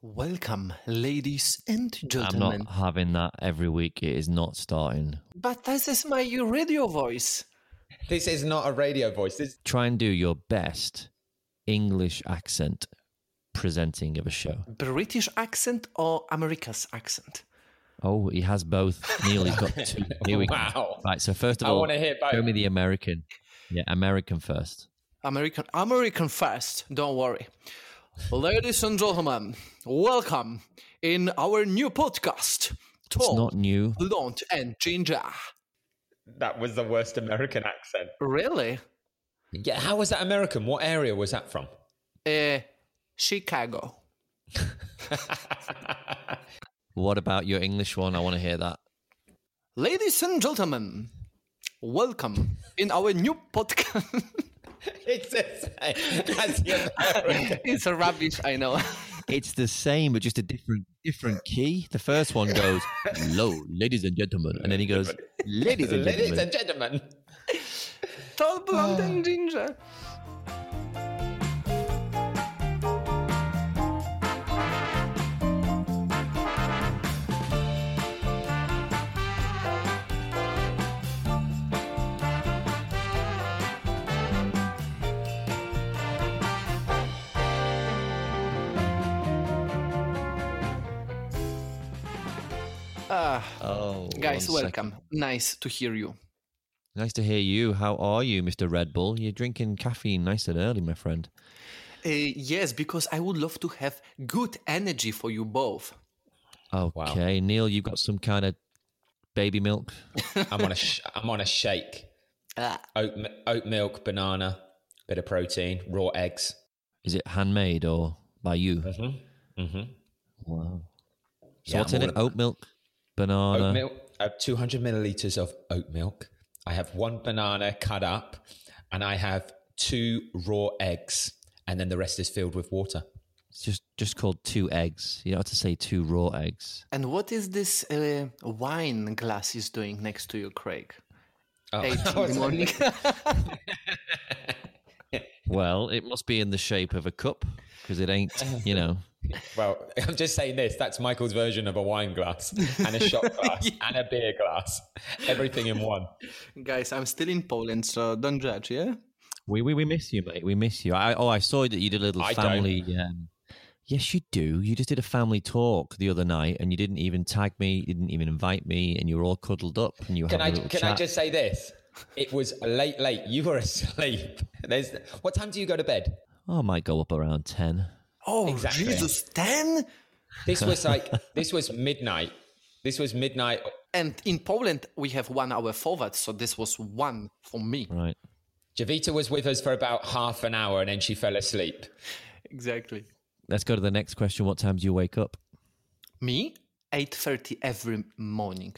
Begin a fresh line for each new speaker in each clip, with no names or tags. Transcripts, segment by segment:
Welcome, ladies and
I'm
gentlemen.
not having that every week. It is not starting.
But this is my radio voice.
This is not a radio voice. This
Try and do your best English accent presenting of a show.
British accent or America's accent?
Oh, he has both. Neil, he's got two. Here we go.
Wow.
Right, so first of
I
all,
want to hear both.
show me the American. Yeah, American first.
American American first, don't worry. Ladies and gentlemen, welcome in our new podcast.
It's
Tall,
not new.
blonde and ginger.
That was the worst American accent.
Really?
Yeah, how was that American? What area was that from?
Uh, Chicago.
What about your English one? I want to hear that.
Ladies and gentlemen, welcome in our new podcast.
It's the same as the American.
it's a rubbish, I know.
It's the same, but just a different different key. The first one goes, "Hello, ladies and gentlemen," and then he goes, "Ladies and
Ladies
gentlemen."
and gentlemen.
Tall, blonde and ginger.
Oh,
Guys,
one
welcome. Nice to hear you.
Nice to hear you. How are you, Mr. Red Bull? You're drinking caffeine nice and early, my friend.
Uh, yes, because I would love to have good energy for you both.
Okay, Neil, you've got some kind of baby milk.
I'm on a sh- I'm on a shake.
Ah.
Oat, mi- oat milk, banana, bit of protein, raw eggs.
Is it handmade or by you?
Mm-hmm. Mm-hmm.
Wow. So
Yeah,
what's
I'm
in
all
it? Oat milk, banana.
Oat milk, uh, 200 milliliters of oat milk. I have one banana cut up, and I have two raw eggs, and then the rest is filled with water.
It's just just called two eggs. You don't have to say two raw eggs.
And what is this uh, wine glass is doing next to you, Craig?
Oh,
Eight
I
in the
was-
morning.
Well, it must be in the shape of a cup because it ain't. You know.
Well, I'm just saying this. That's Michael's version of a wine glass and a shot glass and a beer glass. Everything in one.
Guys, I'm still in Poland, so don't judge, yeah?
We we, we miss you, mate. We miss you. I, oh, I saw that you did a little
I don't.
family. Um, yes, you do. You just did a family talk the other night, and you didn't even tag me. You didn't even invite me, and you were all cuddled up, and you were
Can I
having a little
can I
chat.
just say this? It was late, late. You were asleep. There's what time do you go to bed?
Oh, I might go up around ten.
Oh,
Exactly.
Jesus, 10?
This was like this was midnight. This was midnight.
And in Poland, we have one hour forward, so this was one for me.
Right.
Javita was with us for about half an hour and then she fell asleep.
Exactly.
Let's go to the next question. What time do you wake up?
Me? 8.30 every morning.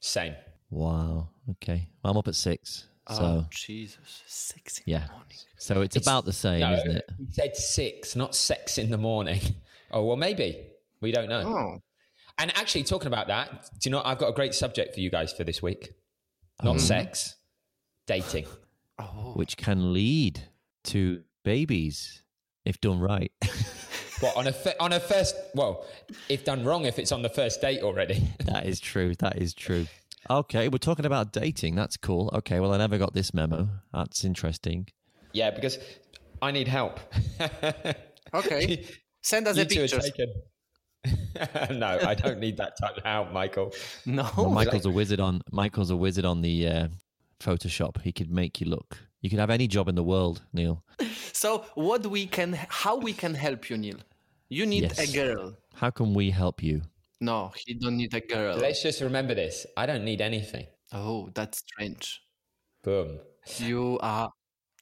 Same.
Wow. Okay. Well, I'm up at six. So
oh, Jesus. Six in
Uh. yeah.
the morning.
So it's, about the same,
No,
isn't it?
he said six, not sex in the morning. Oh well, maybe we don't know.
Oh.
And actually, talking about that, do you know I've got a great subject for you guys for this week? Not sex, dating.
Oh.
Which can lead to babies if done right.
What on a fir- on a first? Well, if done wrong, if it's on the first date already.
that is true. That is true. Okay, we're talking about dating. That's cool. Okay, well, I never got this memo. That's interesting.
yeah, because I need help.
Okay. Send us
you
a
two are
picture.
taken. no, I don't need that type of help, Michael.
No.
Well, Michael's a wizard on Michael's a wizard on the uh, Photoshop. He could make you look. You could have any job in the world, Neil.
So what we can how we can help you, Neil? You need a
Yes.
girl.
How can we help you?
No, he don't need a girl.
Let's just remember this. I don't need anything.
Oh, that's strange.
Boom.
You are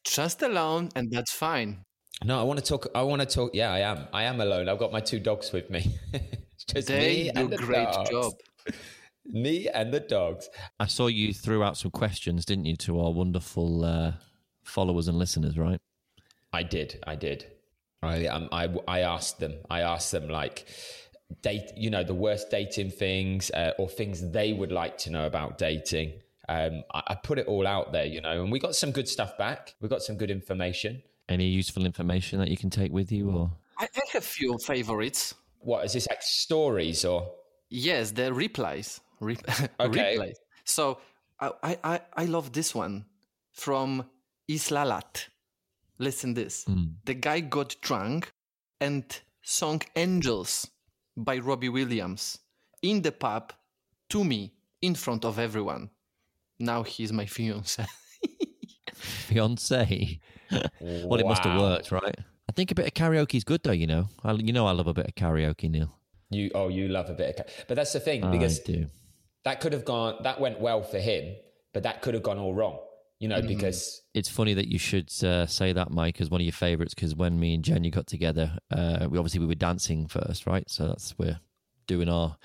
just alone and that's fine.
No, I want to talk. I want to talk. Yeah, I am. I am alone. I've got my two dogs with me. It's just
They
me
do
and the
great
dogs.
job.
Me and the dogs.
I saw you threw out some questions, didn't you, to our wonderful uh, followers and listeners, right?
I did. I did. I um, I I asked them. I asked them like date. You know the worst dating things uh, or things they would like to know about dating. Um, I, I put it all out there, you know, and we got some good stuff back. We got some good information.
Any useful information that you can take with you, or
I, I have few favorites.
What is this like stories or?
Yes, the replies. Re-
Okay.
replies. So I, I, I, I love this one from Islalat. Listen this.
Mm.
The guy got drunk and sung Angels by Robbie Williams in the pub to me in front of everyone. Now he's my fiance.
Fiance.
Well,
Well, it must have worked, right? I think a bit of karaoke is good, though. You know, I, you know, I love a bit of karaoke, Neil.
You oh, you love a bit of, ca- but that's the thing
Because
because
I do.
that could have gone that went well for him, but that could have gone all wrong. You
Mm.
know, because
It's funny that you should uh, say that, Mike, as one of your favourites. Because when me and Jenny got together, uh, we obviously we were dancing first, right? So that's we're doing our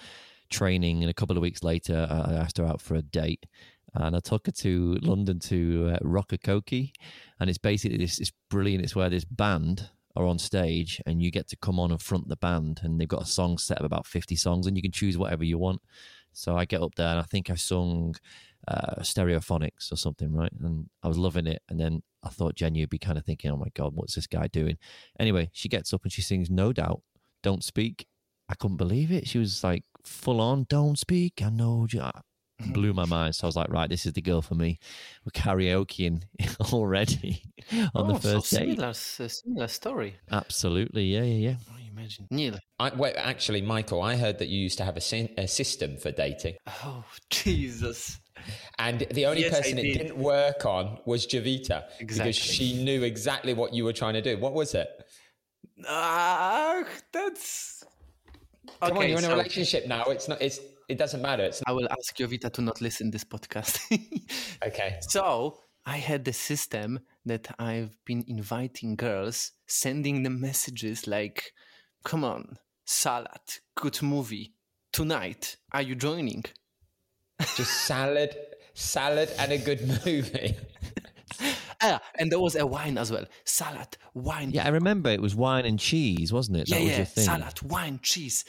training, and a couple of weeks later, I I asked her out for a date, and I took her to London to uh, Rockacoki, and it's basically this. It's brilliant. It's where this band are on stage, and you get to come on and front the band, and they've got a song set of about fifty songs, and you can choose whatever you want. So I get up there, and I think I sung uh, Stereophonics or something, right? And I was loving it. And then I thought Jenny would be kind of thinking, oh my God, what's this guy doing? Anyway, she gets up and she sings No Doubt, Don't Speak. I couldn't believe it. She was like full on, Don't Speak. I know you. I-
Mm-hmm.
Blew my mind. So I was like, right, this is the girl for me. We're karaokeing already on
Oh,
the first
so
date.
similar, s- similar story.
Absolutely. Yeah, yeah, yeah.
I imagine. Neil.
I, wait, actually, Michael, I heard that you used to have a, sin, a system for dating,
Oh, Jesus.
and the only
Yes, I
person it
did.
didn't work on was Javita
Exactly.
because she knew exactly what you were trying to do. What was it?
Ah, that's.
Come on, you're in a
so-
relationship now. It's not. It's. It doesn't matter. It's
I will ask Jovita to not listen this podcast.
not, okay.
so I had the system that I've been inviting girls, sending them messages like, "Come on, salad, good movie tonight. Are you joining?"
Just salad, salad, and a good movie.
Ah, and there was a wine as well. Salad, wine.
Yeah, I remember it was wine and cheese, wasn't it?
yeah,
that was
yeah.
your thing.
Salad, wine, cheese,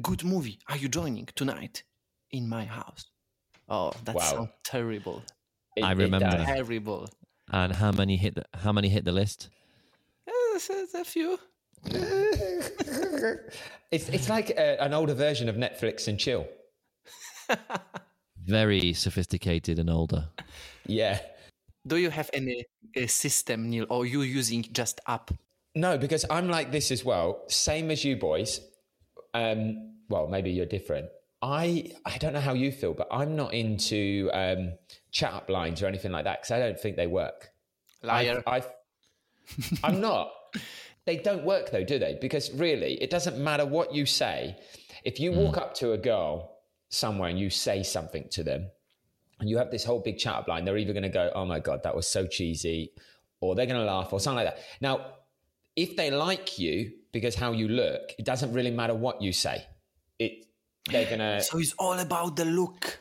good movie. Are you joining tonight in my house? Oh, that
Wow.
sounds terrible.
It-
I
it
remember.
does.
Terrible.
And how many hit the, how many hit the list?
Eh, there's- there's a few.
It's it's like a, an older version of Netflix and chill.
Very sophisticated and older.
Yeah.
Do you have any uh, system, Neil, or you using just app?
No, because I'm like this as well. Same as you boys. Um, well, maybe you're different. I I don't know how you feel, but I'm not into um, chat up lines or anything like that because I don't think they work.
Liar.
I, I, am not. They don't work though, do they? Because really, it doesn't matter what you say. If you walk up to a girl somewhere and you say something to them, and you have this whole big chat up line, they're either going to go, "Oh my god, that was so cheesy," or they're going to laugh or something like that. Now, if they like you because how you look, it doesn't really matter what you say. It they're going to
so it's all about the look.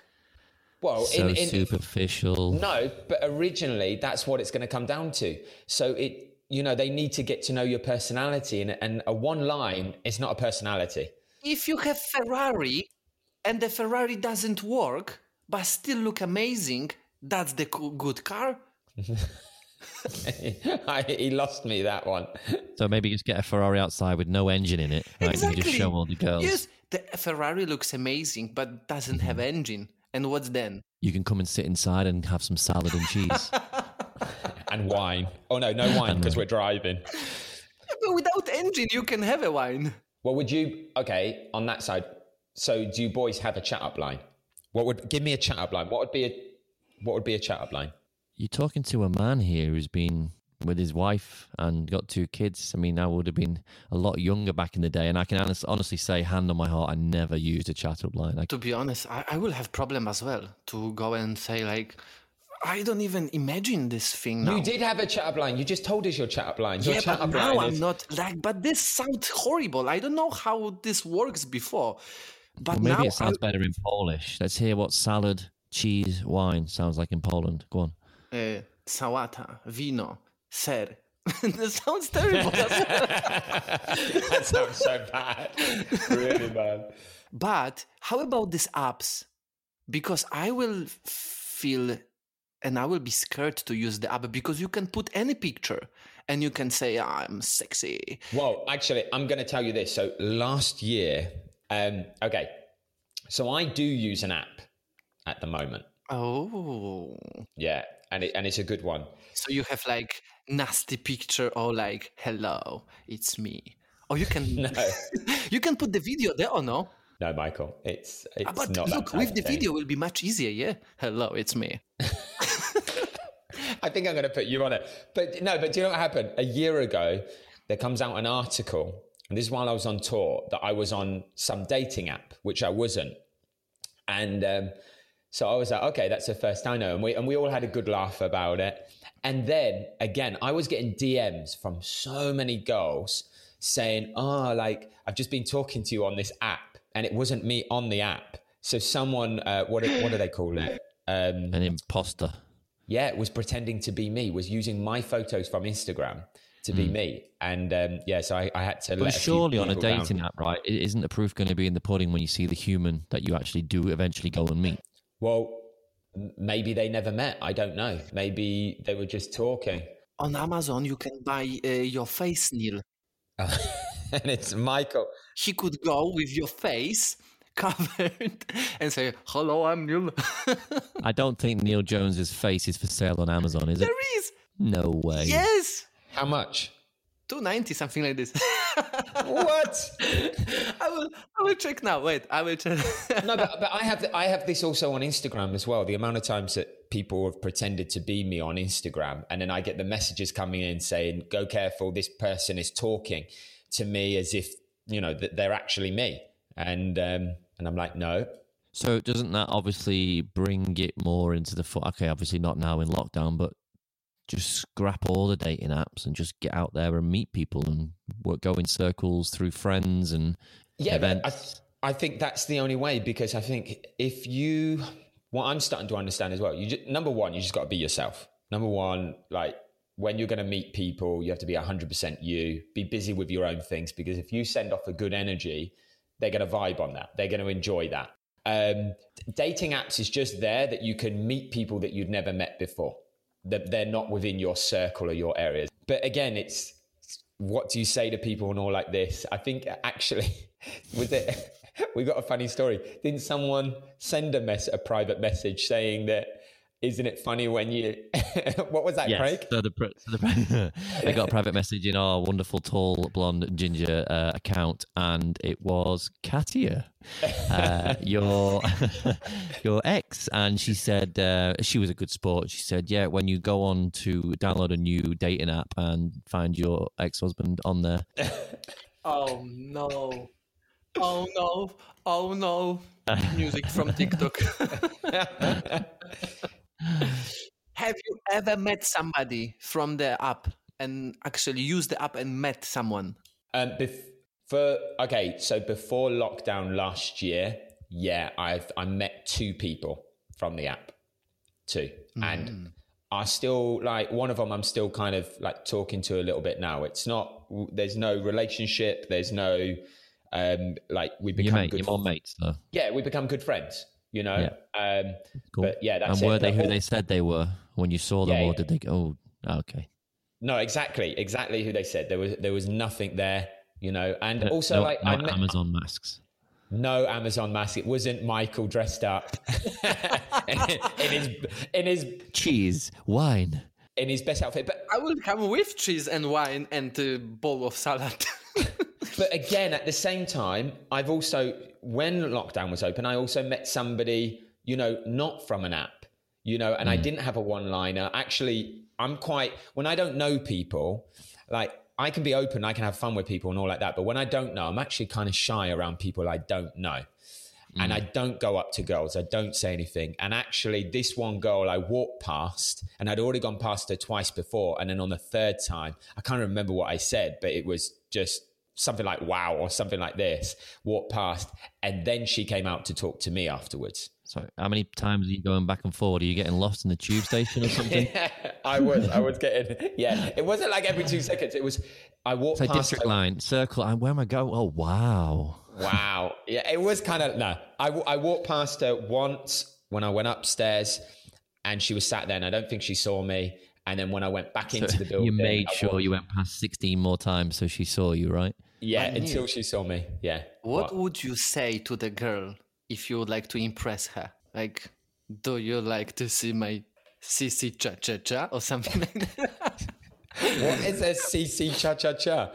well
So
Oh, in, in,
superficial.
no, but originally that's what it's going to come down to. So it, you know, they need to get to know your personality, and, and a one line is not a personality.
If you have Ferrari and the Ferrari doesn't work but still look amazing, that's the co- good car.
I, he lost me that one.
So maybe just get a Ferrari outside with no engine in it. Right? You can just show all the girls.
Yes, the Ferrari looks amazing but doesn't have engine. And what's then?
You can come and sit inside and have some salad and cheese.
And wine. Oh no, no wine because we're driving.
But without engine, you can have a wine.
What would you? Okay, on that side. So do you boys have a chat up line? What would give me a chat up line? What would be a what would be a chat up line?
You're talking to a man here who's been with his wife and got two kids. I mean, I would have been a lot younger back in the day, and I can honest, honestly say, hand on my heart, I never used a chat up line. I,
To be honest, I, I will have problem as well to go and say like, I don't even imagine this thing now.
You did have a chat up line. You just told us your chat up line. Your
Yeah,
chat
but
up
now
line
I'm
is
not like. But this sounds horrible. I don't know how this works before, but
maybe
now
it sounds
I,
better in Polish. Let's hear what salad, cheese, wine sounds like in Poland. Go on.
uh, sałata, wino, ser. this sounds terrible.
that sounds so bad. really bad.
but how about these apps? Because I will feel, and I will be scared to use the app because you can put any picture, and you can say I'm sexy.
Well, actually, I'm going to tell you this. So last year, um, okay, so I do use an app at the moment.
Oh,
Yeah, and it, and it's a good one.
so you have like nasty picture or like hello, it's me. Or you can
No,
you can put the video there or no?
Uh, no, Michael, it's it's
Ah, but
not that
look,
type
with
of
the
thing.
video will be much easier. Yeah, hello, it's me.
I think I'm going to put you on it. But no, but do you know what happened? A year ago, there comes out an article, and this is while I was on tour, that I was on some dating app, which I wasn't. And um, so I was like, okay, that's the first I know. And we, and we all had a good laugh about it. And then again, I was getting DMs from so many girls saying, oh, like, I've just been talking to you on this app, and it wasn't me on the app. So someone, uh, what, do- what do they call it? Um,
An imposter.
yeah, it was pretending to be me, was using my photos from Instagram to be me. And um, yeah, so I, I had to
Hmm. But
let a few
surely on a
people down.
dating app, right? i- Isn't the proof going to be in the pudding when you see the human that you actually do eventually go and meet?
Well, m- maybe they never met. I don't know. Maybe they were just talking.
On Amazon, you can buy uh, your face, Neil.
and it's Michael.
He could go with your face covered and say, "Hello, I'm Neil."
I don't think Neil Jones's face is for sale on Amazon, is it?
there is
No way.
yes,
How much?
two ninety something like this.
what?
I will I will check now. Wait, I will check.
No, but, but I have I have this also on Instagram as well. The amount of times that people have pretended to be me on Instagram, and then I get the messages coming in saying, "Go careful, this person is talking to me as if you know that they're actually me," and um, and I'm like, "No,
So doesn't that obviously bring it more into the foot? Okay, obviously not now in lockdown, but just scrap all the dating apps and just get out there and meet people and wo- go in circles through friends and
yeah but I,
events.
I think that's the only way because i think if you what i'm starting to understand as well you just, number one you just got to be yourself number one like when you're going to meet people you have to be 100% you be busy with your own things because if you send off a good energy they're going to vibe on that they're going to enjoy that um, dating apps is just there that you can meet people that you'd never met before that they're not within your circle or your areas but again it's what do you say to people and all like this? I think uh, actually, was it? We got a funny story. Didn't someone send a mess, a private message saying that? Isn't it funny when you? what was that, Craig?
So the, pr- so the, they got a private message in our wonderful tall blonde ginger uh, account, and it was Katia, uh, your your ex, and she said uh, she was a good sport. She said, "Yeah, when you go on to download a new dating app and find your ex husband on there,
oh no. Oh no. Oh no. Music from TikTok. Have you ever met somebody from the app and actually used the app and met someone?
Um, bef- for okay, so before lockdown last year, yeah, I've I met two people from the app, two,
Hmm.
Hmm.
and I still like one of them. I'm still kind of like talking to a little bit now. It's not there's no relationship. There's no um like we
your
become
mate,
good.
your mom mates, though.
yeah, we become good friends. You know, um,
Cool.
but yeah, that's
and were
it.
they
But
who
all-
they said they were when you saw them,
Yeah,
or
yeah.
did they go? Oh, okay.
No, exactly, exactly who they said. There was there was nothing there. You know, and also
Uh, No-
like
no
I met.
Amazon masks.
no Amazon mask. It wasn't Michael dressed up in, his in his
Cheese, wine.
in his best outfit. But
I will come with cheese and wine and a bowl of salad.
but again, at the same time, I've also when lockdown was open, I also met somebody you know not from an app, you know, and I didn't have a one liner. Actually, I'm quite when I don't know people, like. I can be open, I can have fun with people and all like that. But when I don't know, I'm actually kind of shy around people I don't know. and I don't go up to girls. I don't say anything. And actually, this one girl I walked past, and I'd already gone past her twice before. And then on the third time, I can't remember what I said, but it was just something like "wow" or something like this. Walked past, and then she came out to talk to me afterwards.
So, how many times are you going back and forward? Are you getting lost in the tube station or something?
I was, I was getting, yeah. It wasn't like every two seconds. It was, I walked
Say
past.
district
her-
line, circle, and where am I going? Oh, wow.
Wow. Yeah, it was kind of no. I, wa- I walked past her once when I went upstairs, and she was sat there, and I don't think she saw me. And then when I went back
So
into the building,
you made
I
sure
walked-
you went past 16 more times so she saw you, right?
Yeah,
I knew.
until she saw me. Yeah.
What would you say to the girl if you would like to impress her? Like, do you like to see my sissy cha cha cha or something like that?
what is a CC cha cha cha?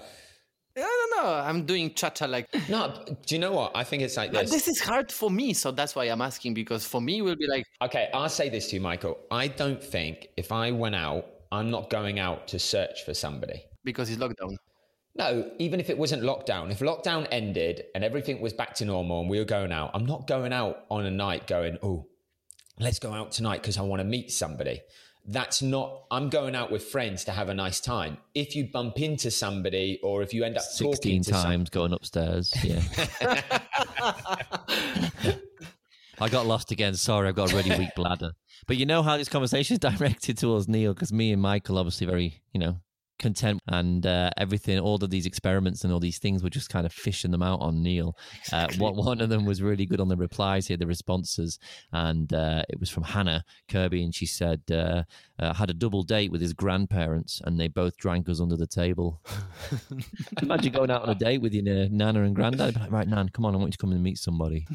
I don't know. I'm doing cha cha like.
No, do you know what? I think it's like
But
this.
this is hard for me, so that's why I'm asking because for me it will be like,
Okay, I'll say this to you, Michael. I don't think if I went out, I'm not going out to search for somebody.
because it's lockdown.
No, even if it wasn't lockdown, if lockdown ended and everything was back to normal and we were going out, I'm not going out on a night going, oh, let's go out tonight because I want to meet somebody. That's not, I'm going out with friends to have a nice time. If you bump into somebody or if you end up
16
talking to somebody,
times going upstairs. Yeah. I got lost again. Sorry, I've got a really weak bladder. But you know how this conversation is directed towards Neil because me and Michael obviously very, you know, content and uh, everything. All of these experiments and all these things were just kind of fishing them out on Neil. Uh, one, one of them was really good on the replies here, the responses, and uh, it was from Hannah Kirby, and she said uh, uh, had a double date with his grandparents, and they both drank us under the table. Imagine going out on a date with your uh, nana and granddad. Be like, right, nan, come on, I want you to come and meet somebody.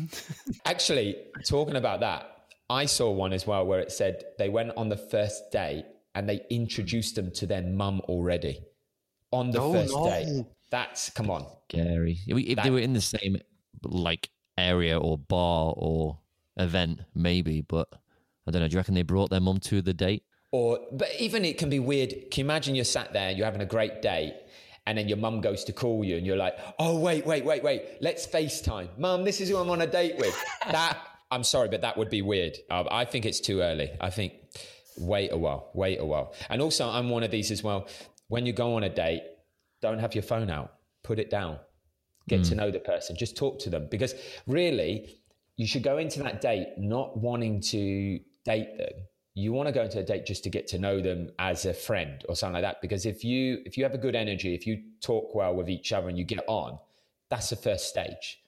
Actually, talking about that, I saw one as well where it said they went on the first date and they introduced them to their mum already on the
Oh,
first
no.
date. That's come on.
Scary. If, we- if they
That-
were in the same like area or bar or event, maybe, but I don't know. Do you reckon they brought their mum to the date?
Or but even it can be weird. Can you imagine you're sat there, you're having a great date, and then your mum goes to call you and you're like, oh wait, wait, wait, wait, let's FaceTime. Mum, this is who I'm on a date with. that I'm sorry, but that would be weird. Um, I think it's too early. I think wait a while, wait a while. And also I'm one of these as well. When you go on a date, don't have your phone out. Put it down. Get to know the person. Just talk to them. Because really, you should go into that date not wanting to date them you want to go into a date just to get to know them as a friend or something like that because if you if you have a good energy if you talk well with each other and you get on that's the first stage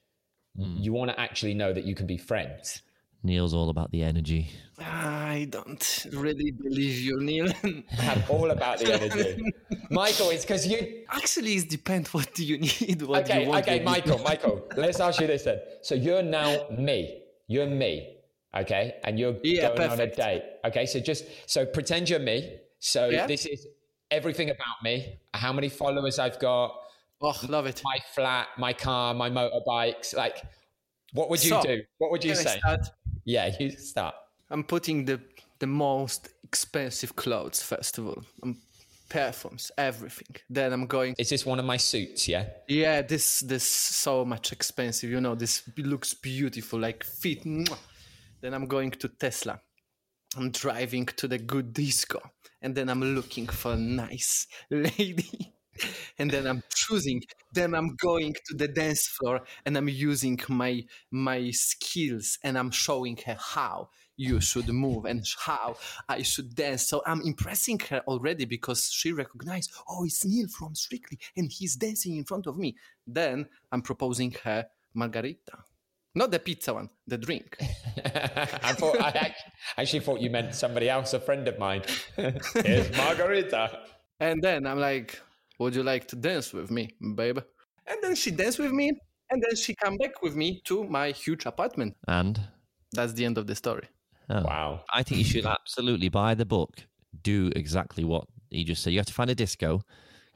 you want to actually know that you can be friends
Neil's all about the energy.
I don't really believe you, Neil.
i'm all about the energy michael it's because you
Actually, it depends. What do you need? What do
okay
you want?
okay
what do you-
michael michael let's ask you this then so you're now me you're me okay and you're
Yeah,
going on a
perfect.
date okay so just so pretend you're me so
Yeah.
this is everything about me how many followers i've got
Oh, love it.
my flat, my car, my motorbikes. Like, what would you
So,
do? What would you
Can I
say?
start?
Yeah, you start.
I'm putting the the most expensive clothes first of all. I'm perfumes, everything. Then I'm going.
Is this one of my suits? Yeah.
Yeah, this this so much expensive. You know, this b- looks beautiful, like fit. mwah. Then I'm going to Tesla. I'm driving to the good disco, and then I'm looking for a nice lady. And then I'm choosing. Then I'm going to the dance floor, and I'm using my my skills, and I'm showing her how you should move and how I should dance. So I'm impressing her already because she recognized, oh, it's Neil from Strictly, and he's dancing in front of me. Then I'm proposing her margarita, not the pizza one, the drink.
I thought I act- actually thought you meant somebody else, a friend of mine. Here's Margarita.
And then I'm like, would you like to dance with me, babe? And then she danced with me, and then she come back with me to my huge apartment.
And
That's the end of the story.
oh.
Wow.
I think you should absolutely buy the book. Do exactly what he just said. You have to find a disco,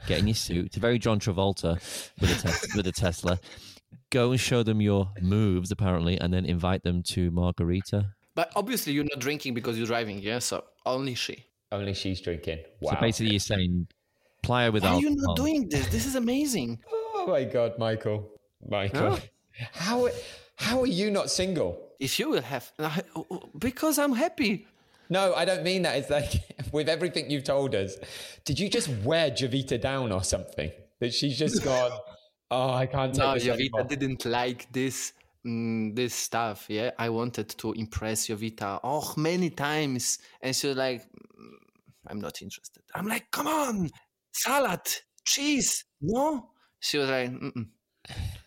get in your suit. It's very John Travolta with a tes- with a Tesla. Go and show them your moves, apparently, and then invite them to margarita.
But obviously, you're not drinking because you're driving, yeah? So only she.
Only she's drinking. Wow.
So basically, you're saying play her with
Why are you
alcohol.
not doing this? This is amazing.
oh my God, Michael. Michael. How how are you not single?
If you will have, because I'm happy.
No, I don't mean that. It's like with everything you've told us, did you just wear Javita down or something? That she's just gone. Oh, I can't take
No,
this anymore."
oh.
Jovita didn't like this mm, this stuff. Yeah, I wanted to impress Jovita oh many times, and she was like, "Mm, "I'm not interested." I'm like, "Come on, salad, cheese, no." She was like, Mm-mm.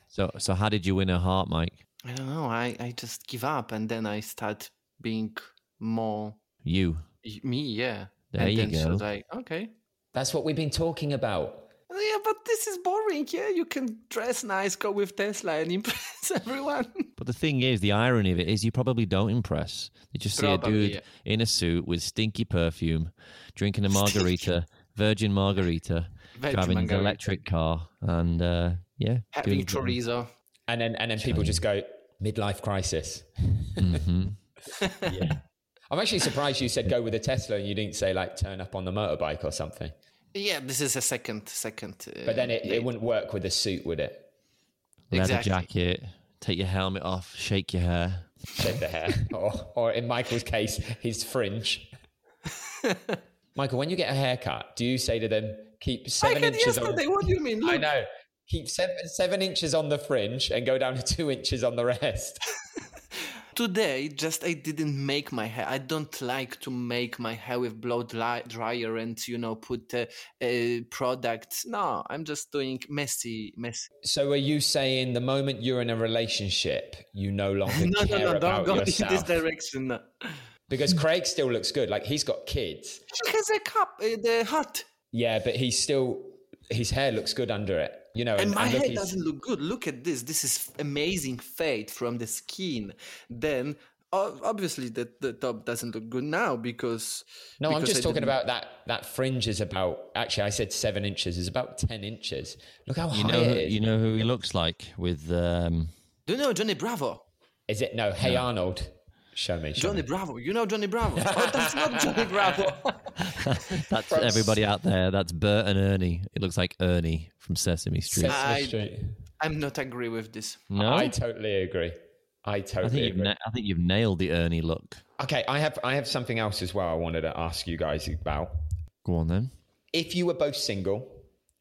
So, so how did you win her heart, Mike?
"I don't know. I I just give up," and then I start being more
You.
y- me. Yeah,
There
and
you
then she
go.
was like, okay.
That's what we've been talking about.
Yeah, but this is boring. Yeah, you can dress nice, go with Tesla, and impress everyone.
But the thing is, the irony of it is, you probably don't impress. You just see a
Probably,
dude
yeah.
in a suit with stinky perfume, drinking a margarita, virgin margarita,
Veggie
driving
margarita.
an electric car, and uh, yeah,
Having
doing-
chorizo.
And then and then people just go midlife crisis.
Mhm.
Yeah. I'm actually surprised you said go with a Tesla and you didn't say like turn up on the motorbike or something.
Yeah, this is a second, second. Uh,
But then it,
date.
it wouldn't work with a suit, would it?
leather
Exactly.
jacket, take your helmet off, shake your hair.
Shed the hair. or, or in Michael's case, his fringe. Michael, when you get a haircut, do you say to them, keep
I
seven
had
inches on
yesterday. What do you mean?
I
Look,
know. Keep seven, seven inches on the fringe and go down to two inches on the rest.
today just I didn't make my hair. I don't like to make my hair with blow dry, dryer and you know put uh, uh, products. No, I'm just doing messy, messy.
So are you saying the moment you're in a relationship, you no longer
No, no,
care
no, don't
about
go in this
yourself?
direction. No.
because Craig still looks good. Like he's got kids.
She has a cup, uh, the hat,
Yeah, but he's still his hair looks good under it. You know,
and my
look,
hair
he's-
doesn't look good. Look at this. This is amazing fade from the skin. Then. o- Obviously, the, the top doesn't look good now because.
No, I'm
because
just
I
talking
didn't-
about that. That fringe is about. Actually, I said seven inches. Is about ten inches. Look how
You
high
know,
it
who,
is.
you know who he looks like with um,
Do you know Johnny Bravo?
Is it no? Hey Arnold, show me. Show
Johnny
me.
Bravo. You know Johnny Bravo. Oh, that's not Johnny Bravo.
that's everybody out there. That's Bert and Ernie. It looks like Ernie from Sesame Street.
Sesame
I-
Street.
I'm not agree with this.
no,
I
I,
totally agree. I totally
think you've
agree.
na- I think you've nailed the Ernie look.
okay, I have. I have something else as well. I wanted to ask you guys about.
Go on then.
If you were both single,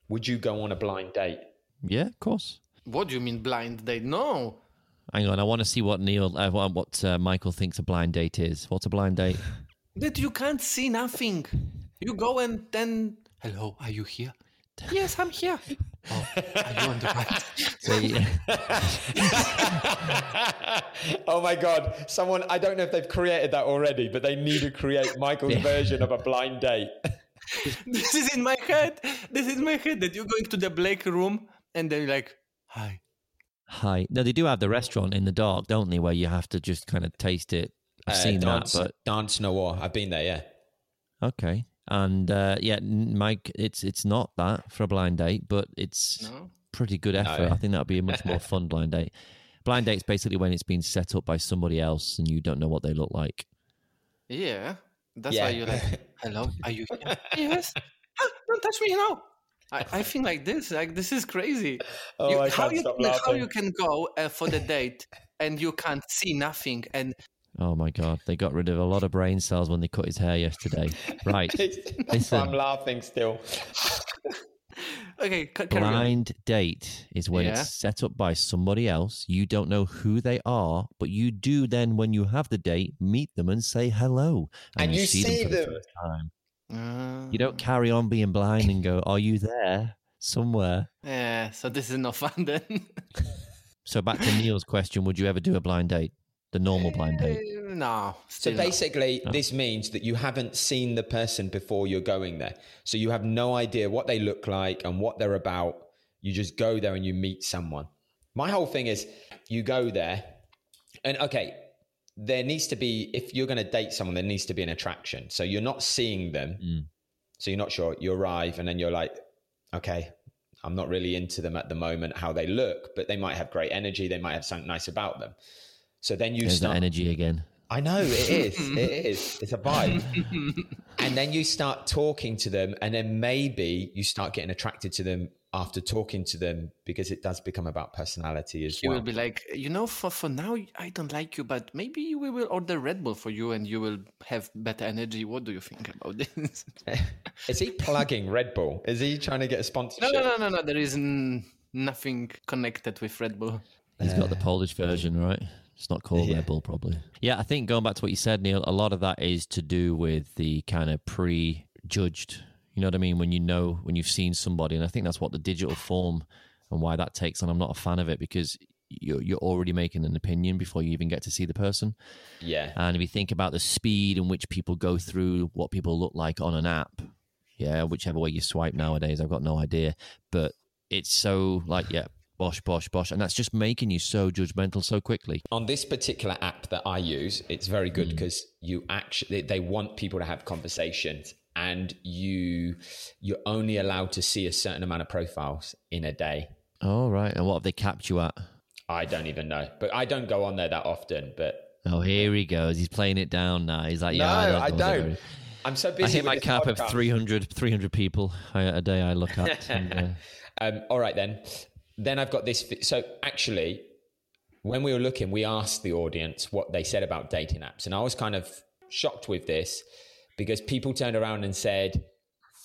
would you go on a blind date?
Yeah, of course.
What do you mean blind date? No.
Hang on, I want to see what Neil, uh, what, what uh, Michael thinks a blind date is. What's a blind date?
That you can't see nothing. You go and then hello, are you here? Yes, I'm here. Oh, are you on the right?
So, yeah,
oh my god! Someone I don't know if they've created that already, but they need to create Michael's version of a blind date.
this is in my head. This is my head that you're going to the black room and then you're like, hi.
hi. No, they do have the restaurant in the dark, don't they? Where you have to just kind of taste it.
Uh,
I've seen
dance,
that,
dance no war. I've been there. Yeah.
but okay. And uh, yeah, n- Mike, it's it's not that for a blind date, but it's
No.
pretty good effort. I think that'd be a much more fun blind date. Blind date's basically when it's been set up by somebody else and you don't know what they look like.
Yeah. That's
Yeah.
why you're like, hello, are you here? yes. Ah, don't touch me now. I, I think like this, like this is crazy.
Oh,
You-
I
how,
can't
you,
stop
can- how
laughing.
you can go uh, for the date and you can't see nothing and
Oh my god, they got rid of a lot of brain cells when they cut his hair yesterday. Right. Listen.
I'm laughing still.
okay ca- carry on.
Blind date is when
Yeah.
it's set up by somebody else. You don't know who they are, but you do then, when you have the date, meet them and say hello.
And you see
for the
them.
first time.
Uh,
You don't carry on being blind and go, Are you there somewhere?
yeah so this is no fun then
So, back to Neil's question Would you ever do a blind date? The normal blind date?
Uh, no
So
still not.
basically, this means that you haven't seen the person before you're going there. So you have no idea what they look like and what they're about. You just go there and you meet someone. My whole thing is you go there, and okay, there needs to be, if you're going to date someone, there needs to be an attraction. So you're not seeing them.
Mm.
So you're not sure. You arrive and then you're like, okay, I'm not really into them at the moment, how they look, but they might have great energy. They might have something nice about them. So then you
There's that
start.
energy again.
I know it is. it is. It's a vibe. and then you start talking to them, and then maybe you start getting attracted to them after talking to them because it does become about personality as
he
well.
will be like you know for, for now i don't like you but maybe we will order red bull for you and you will have better energy what do you think about this
is he plugging Red Bull? Is he trying to get
no
a sponsorship?
no no no no there is n- nothing connected with red bull
He's got the Polish version, right? It's not called Red Bull, probably. Uh, Yeah, I think going back to what you said, Neil, a lot of that is to do with the kind of pre-judged. You know what I mean? When you know, when you've seen somebody, and I think that's what the digital form and why that takes. And I'm not a fan of it because you're, you're already making an opinion before you even get to see the person.
Yeah.
uh, And if you think about the speed in which people go through what people look like on an app, yeah, whichever way you swipe nowadays, I've got no idea. But it's so like, yeah, bosh, bosh, bosh. And that's just making you so judgmental so quickly.
on this particular app that I use, it's very
Mm.
good because you actually they want people to have conversations, and you you're only allowed to see a certain amount of profiles in a day.
All right. And what have they capped you at?
I don't even know, but I don't go on there that often. But
Oh, here he goes. He's playing it down now. He's like, yeah,
no,
I don't. know what's happening.
I'm so
I
busy.
hit
with
my
this
cap
podcast.
of 300, 300 people I- a day I look at. and, uh,
Um, all right then. Then I've got this. fi- So actually, when we were looking, we asked the audience what they said about dating apps, and I was kind of shocked with this because people turned around and said,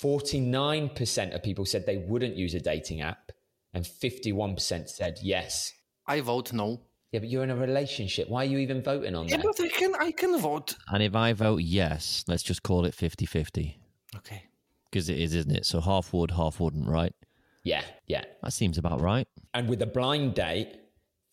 49% of people said they wouldn't use a dating app, and 51% said yes.
I vote no.
Yeah, but you're in a relationship. Why are you even voting on
Yeah,
that?
but I can I can vote.
and if I vote yes, let's just call it 50 50
Okay.
because it is, isn't it? So half would, half wouldn't, right?
Yeah, yeah.
That seems about right.
And with a blind date,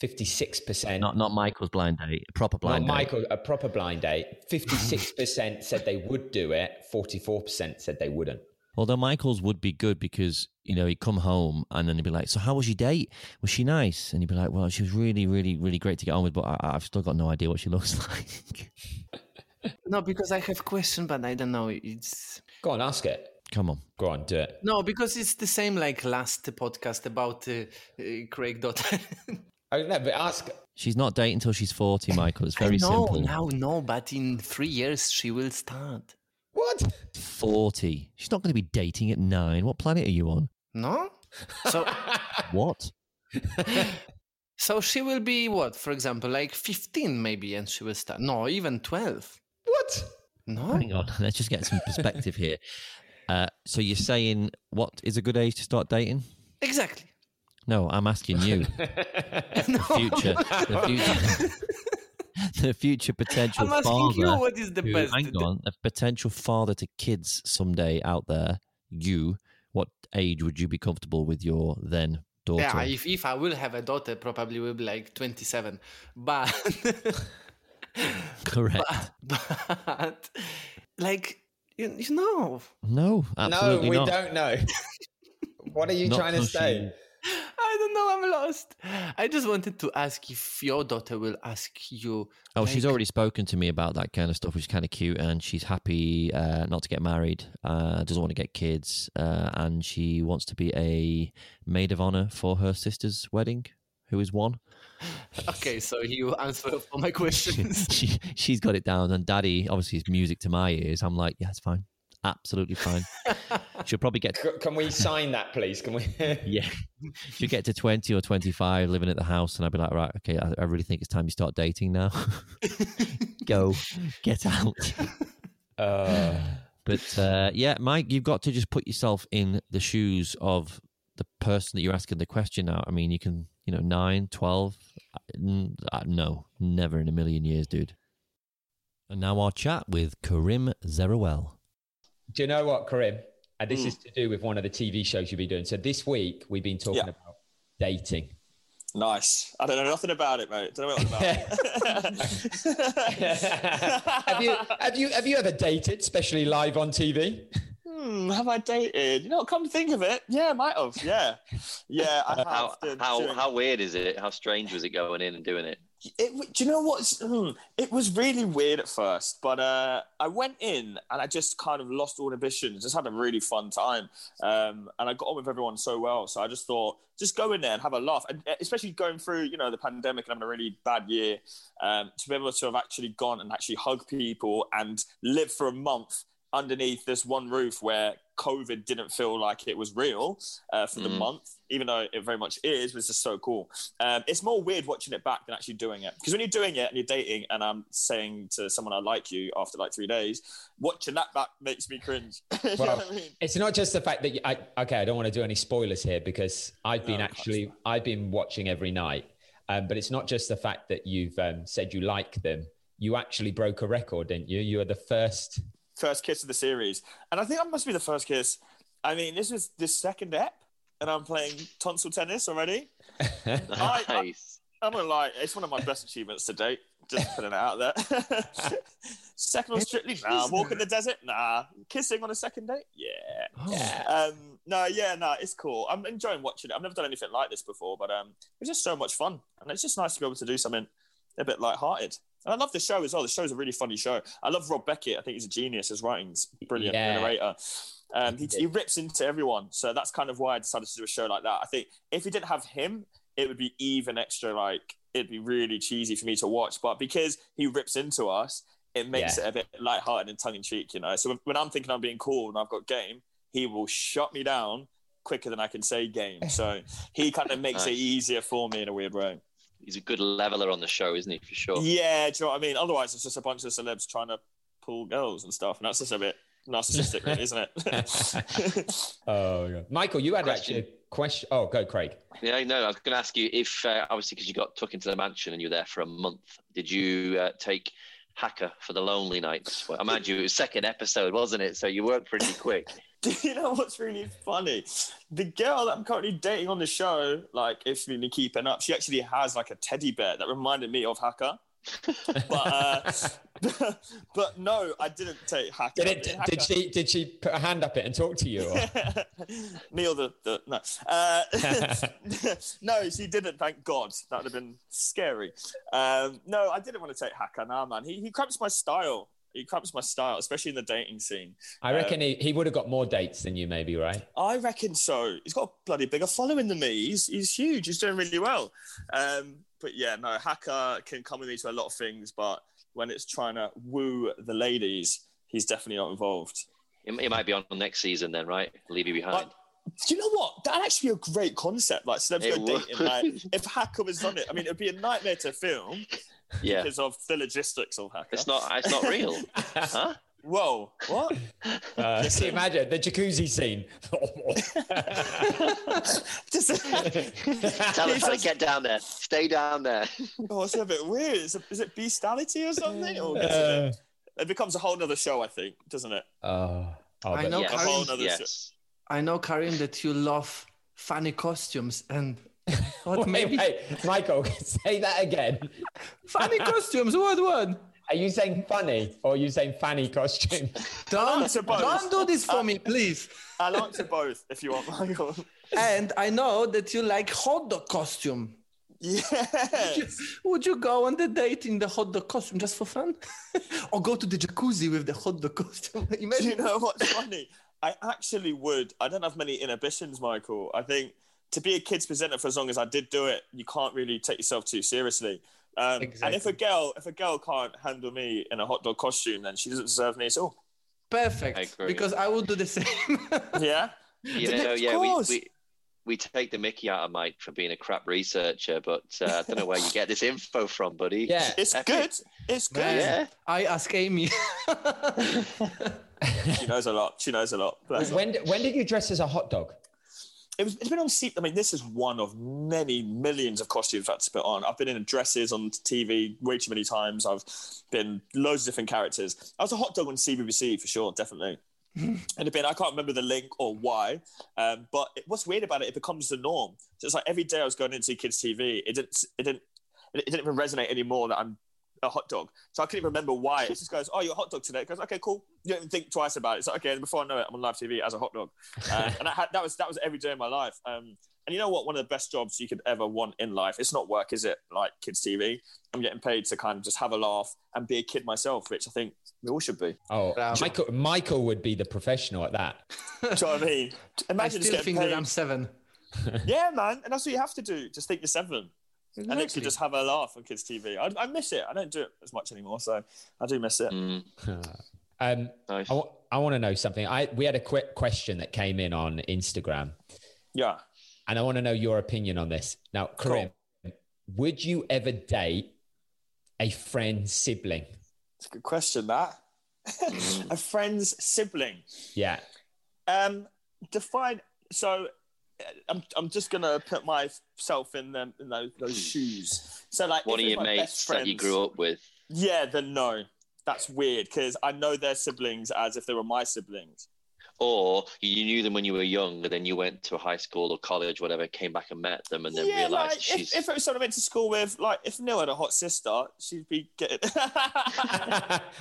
56%.
Not not Michael's blind date, a proper blind
Not
date.
Michael, a proper blind date. Fifty-six percent said they would do it. Forty-four percent said they wouldn't.
Although Michael's would be good because, you know, he'd come home and then he'd be like, So, how was your date? Was she nice? And he'd be like, Well, she was really, really, really great to get on with, but I, I've still got no idea what she looks like.
No, because I have question, but I don't know. It's
Go on, ask it.
come on.
Go on, do it.
no, because it's the same like last podcast about uh, uh, Craig Dotter.
Oh no, but ask.
She's not dating until she's 40, Michael. It's very
no,
simple.
now no, but in three years she will start.
What?
40. She's not going to be dating at nine. What planet are you on?
No, so
What?
so she will be what, for example, like fifteen maybe, and she will start. No, even twelve.
What?
No,
Hang on. Let's just get some perspective here. Uh, so, you're saying what is a good age to start dating?
exactly.
No, I'm asking you. the future, the future, the future potential
I'm asking
father.
you what is the
who-
best.
hang on, a potential father to kids someday out there. You, what age would you be comfortable with your then daughter?
Yeah, if, if I will have a daughter, probably will be like 27. But
Correct.
but like you, you know
no, absolutely
no, we
not.
don't know. what are you
Not
trying to
till
say?
i don't know i'm lost i just wanted to ask if your daughter will ask you
Oh, she's
like-
already spoken to me about that kind of stuff, which is kind of cute. And she's happy uh, not to get married, uh, doesn't want to get kids, uh, and she wants to be a maid of honor for her sister's wedding, who is one.
okay so you answer for my
she,
questions
she, she's got it down. And daddy, obviously, is music to my ears. I'm like, yeah, it's fine. Absolutely fine. she'll probably get,
C- Can we sign that, please? Can we?
yeah, she'll get to 20 or 25 living at the house. And I'll be like, right, okay, I, I really think it's time you start dating now. Go, get out.
uh,
But uh, yeah, Mike, you've got to just put yourself in the shoes of the person that you're asking the question now. I mean, you can, you know, nine, 12. uh, n- uh, No, never in a million years, dude. And now our chat with Karim Zerawel.
do you know what, Karim? And this
Hmm.
Mm.
is to do with one of the TV shows you've been doing. So this week we've been talking
Yeah.
about dating.
Nice. I don't know nothing about it, mate. Don't know what it's about.
have you have you have you ever dated, especially live on TV?
Hmm, have I dated? You know, come to think of it, yeah, I might have. Yeah, yeah, I have.
how
done
how,
during-
how weird is it? How strange was it going in and doing it?
It, w- do you know what's? Hmm, it was really weird at first, but uh, I went in and I just kind of lost all inhibition. Just had a really fun time, um, and I got on with everyone so well. So I just thought, just go in there and have a laugh, and uh, especially going through, you know, the pandemic and having a really bad year, um, to be able to have actually gone and actually hug people and live for a month underneath this one roof where COVID didn't feel like it was real uh, for the
Mm.
month, even though it very much is, was just so cool. Um, it's more weird watching it back than actually doing it. Because when you're doing it and you're dating, and I'm saying to someone I like you after like three days, watching that back makes me cringe. you know
Well,
what I mean?
It's not just the fact that you, I okay. I don't want to do any spoilers here because I've been
No,
actually I've been watching every night. Um, but it's not just the fact that you've um, said you like them. You actually broke a record, didn't you? You were the first.
First kiss of the series, and I think I must be the first kiss. I mean, this is this second ep, and I'm playing tonsil tennis already. I-
Nice.
I'm gonna lie, it's one of my best achievements to date. Just putting it out there. second on Strictly, nah. Walk in the desert, nah. Kissing on a second date, yeah.
Oh.
Um, no, yeah, no, it's cool. I'm enjoying watching it. I've never done anything like this before, but um, it's just so much fun, and it's just nice to be able to do something a bit light-hearted. And I love the show as well. The show's a really funny show. I love Rob Beckett. I think he's a genius. His writing's brilliant.
Yeah.
Narrator. Um, he, he rips into everyone, so that's kind of why I decided to do a show like that. I think if he didn't have him, it would be even extra like it'd be really cheesy for me to watch. But because he rips into us, it makes it a bit lighthearted and tongue in cheek, you know. So when, when I'm thinking I'm being cool and I've got game, he will shut me down quicker than I can say game. So he kind of makes it
Nice.
easier for me in a weird way.
He's a good leveler on the show, isn't he? For sure.
Yeah, do you know what I mean? Otherwise, it's just a bunch of celebs trying to pull girls and stuff, and that's just a bit narcissistic, really, isn't it?
Oh, yeah. Michael, you had
Question.
actually a question. Oh, go, Craig.
Yeah, I know. I was going to ask you if, uh, obviously, because you got took into the mansion and you were there for a month, did you uh, take Hacker for the Lonely Nights? Well, I mind you, it was second episode, wasn't it? So you worked pretty quick.
Do you know what's really funny? The girl that I'm currently dating on the show, like if you've been keeping up, she actually has like a teddy bear that reminded me of Hacker. but uh, but no, I didn't take Hacker.
Did, it, did she did she put a hand up it and talk to you? Or? Oh.
Neil the, the no. Uh, no, she didn't, thank God. That would have been scary. Um, no, I didn't want to take Hacker now, man. He he cramps my style. He cramps my style, especially in the dating scene.
I reckon he, he would have got more dates than you, maybe, right?
I reckon so. He's got a bloody bigger following than me. He's, he's huge. He's doing really well. Um, but yeah, no, Hacker can come with me to a lot of things, but when it's trying to woo the ladies, he's definitely not involved.
It, it might be on next season then, right? Leave you behind.
But- Do you know what? That'd actually be a great concept. Like, celebs
It
go
would.
dating. Like, if Hacker was on it, I mean, it'd be a nightmare to film
yeah.
because of the logistics of Hacker.
It's not. It's not real, huh?
Whoa, what?
Uh, just imagine the jacuzzi scene.
Just-
Tell us
It's
how to
just-
get down there. Stay down there.
Oh, it's a bit weird. Is it, is it bestiality or something? Or
Uh,
it becomes a whole nother show, I think, doesn't it?
oh, oh,
I
but-
know
yes.
A whole
Karim,
nother show.
Yes.
I know Karim that you love funny costumes and what
Wait,
maybe
wait, Michael, say that again.
funny costumes what what
Are you saying funny or are you saying fanny costume?
don't
Answer both.
don't do this for me please
I'll answer both if you want, Michael.
and I know that you like hot dog costume
Yes.
would you go on the date in the hot dog costume just for fun or go to the jacuzzi with the hot dog costume
Do you
imagine
know what's funny? I actually would. I don't have many inhibitions, Michael. I think to be a kids presenter for as long as I did do it, you can't really take yourself too seriously. Um, And if a
Exactly.
girl, if a girl can't handle me in a hot dog costume, then she doesn't deserve me at all.
perfect
I agree.
because I would do the same
Yeah.
You know,
Of
yeah, we,
course.
we we take the Mickey out of Mike for being a crap researcher, but uh, I don't know where you get this info from, buddy.
Yeah.
It's
Epic.
good. It's good.
Man.
Yeah.
I ask Amy
She knows a lot. She knows a lot. Bless her.
When, when did you dress as a hot dog?
it was, it's been on seat. I mean, this is one of many millions of costumes I've had to put on. I've been in dresses on TV way too many times. I've been loads of different characters. I was a hot dog on CBBC for sure, definitely. and again, I can't remember the link or why, um, but it, what's weird about it, it becomes the norm. So it's like every day I was going into kids' TV, it didn't, it didn't, it didn't even resonate anymore that I'm a hot dog. So I couldn't even remember why. It just goes, "Oh, you're a hot dog today." It goes, "Okay, cool." You don't even think twice about it. So okay, and before I know it, I'm on live TV as a hot dog, uh, and I had, that was that was every day of my life. Um, and you know what? One of the best jobs you could ever want in life. It's not work, is it? Like kids TV. I'm getting paid to kind of just have a laugh and be a kid myself, which I think we all should be.
Oh,
Wow.
Michael, Michael would be the professional at that.
Do you know what I mean?
I
Imagine just
still
getting
think
paid.
that I'm seven
Yeah, man, and that's what you have to do. Just think you're seven. And actually
Exactly.
just have a laugh on kids' TV. I, I miss it. I don't do it as much anymore, so I do miss it.
Mm,
Um,
nice.
I want to know something. I we had a quick question that came in on Instagram,
Yeah.
and I want to know your opinion on this. Now, Karim, would you ever date a friend's sibling?
It's a good question, that.
Mm.
Mm.
a friend's sibling.
Yeah,
Um, define. So, uh, I'm, I'm just gonna put myself in them in those, those shoes. So, like
One
if
of Hmm. your
it's my
mates
best
that you
friends-
grew up with.
Yeah, then no. That's weird because I know their siblings as if they were my siblings.
or you knew them when you were young, and then you went to a high school or college, whatever, came back and met them, and then
yeah,
realized
like
she's.
if, if it was someone I went to school with, like if Neil had a hot sister, she'd be getting.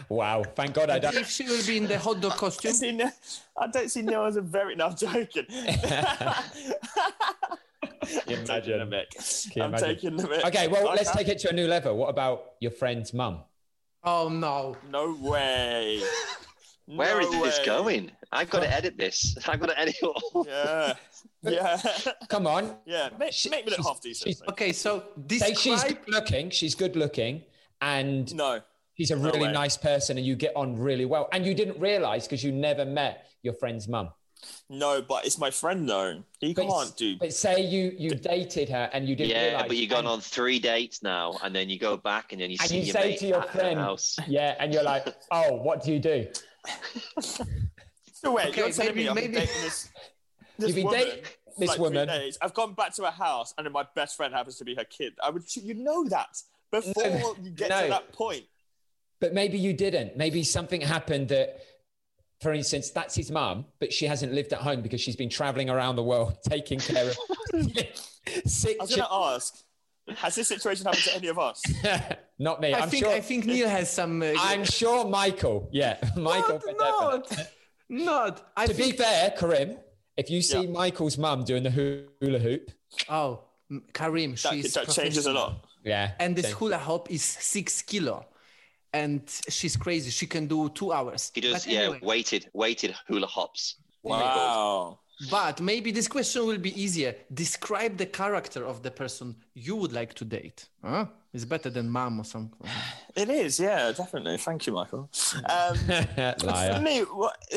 wow. Thank God I don't.
If she will be in the hot dog
I
costume,
see Neil- I don't see Neil as a very. No, I'm joking. I'm taking the
Imagine.
mic.
you
I'm
imagine?
taking the mic.
Okay, well,
I
let's
can't-
take it to a new level. What about your friend's mum?
oh no.
No way.
Where
No
is this
way.
going? I've got to edit this. I've got to edit it all.
Yeah. Yeah.
Come on.
Yeah. Make,
She-
make me look
she's-
half decent.
she's-
Okay, so
Say
describe.
she's good looking. She's good looking. And
No.
she's a really
way.
nice person and you get on really well. And you didn't realize because you never met your friend's mum.
No, but it's my friend though. He
But it's-
can't do.
But say you you dated her and you didn't
Yeah,
realize.
but you've gone on three dates now, and then you go back, and then you
And
see
you
your
say
mate
to your
at her
friend-
house.
Yeah, and you're like, oh, what do you do?
So wait,
Okay,
you're telling
maybe-
me I'm
maybe-
dating this, this
You've been
woman.
dating
for,
this
like, three
woman.
days. I've gone back to her house, and then my best friend happens to be her kid. I would, you know that before
No,
you get
no.
to that point.
But maybe you didn't. Maybe something happened that, for instance, that's his mum, but she hasn't lived at home because she's been traveling around the world taking care of sick.
I was going to ask, has this situation happened to any of us?
chi- Not me.
I
I am
think
sure.
I think Neil has some. Uh,
I'm sure Michael. Yeah, Michael.
not,
but definitely.
not, not. I
To be
think.
fair, Karim, if you see
Yeah.
Michael's mum doing the hula hoop,
oh, m- Karim,
That,
she's
that changes a
professional.
lot.
yeah,
And this
then-
hula hoop is six kilo, and she's crazy. She can do two hours.
He does,
But anyway,
yeah, weighted, weighted hula hops.
Wow.
But maybe this question will be easier. Describe the character of the person you would like to date. Huh? It's better than mom or something.
It is, yeah, definitely. Thank you, Michael. Um, for
Liar.
me, what,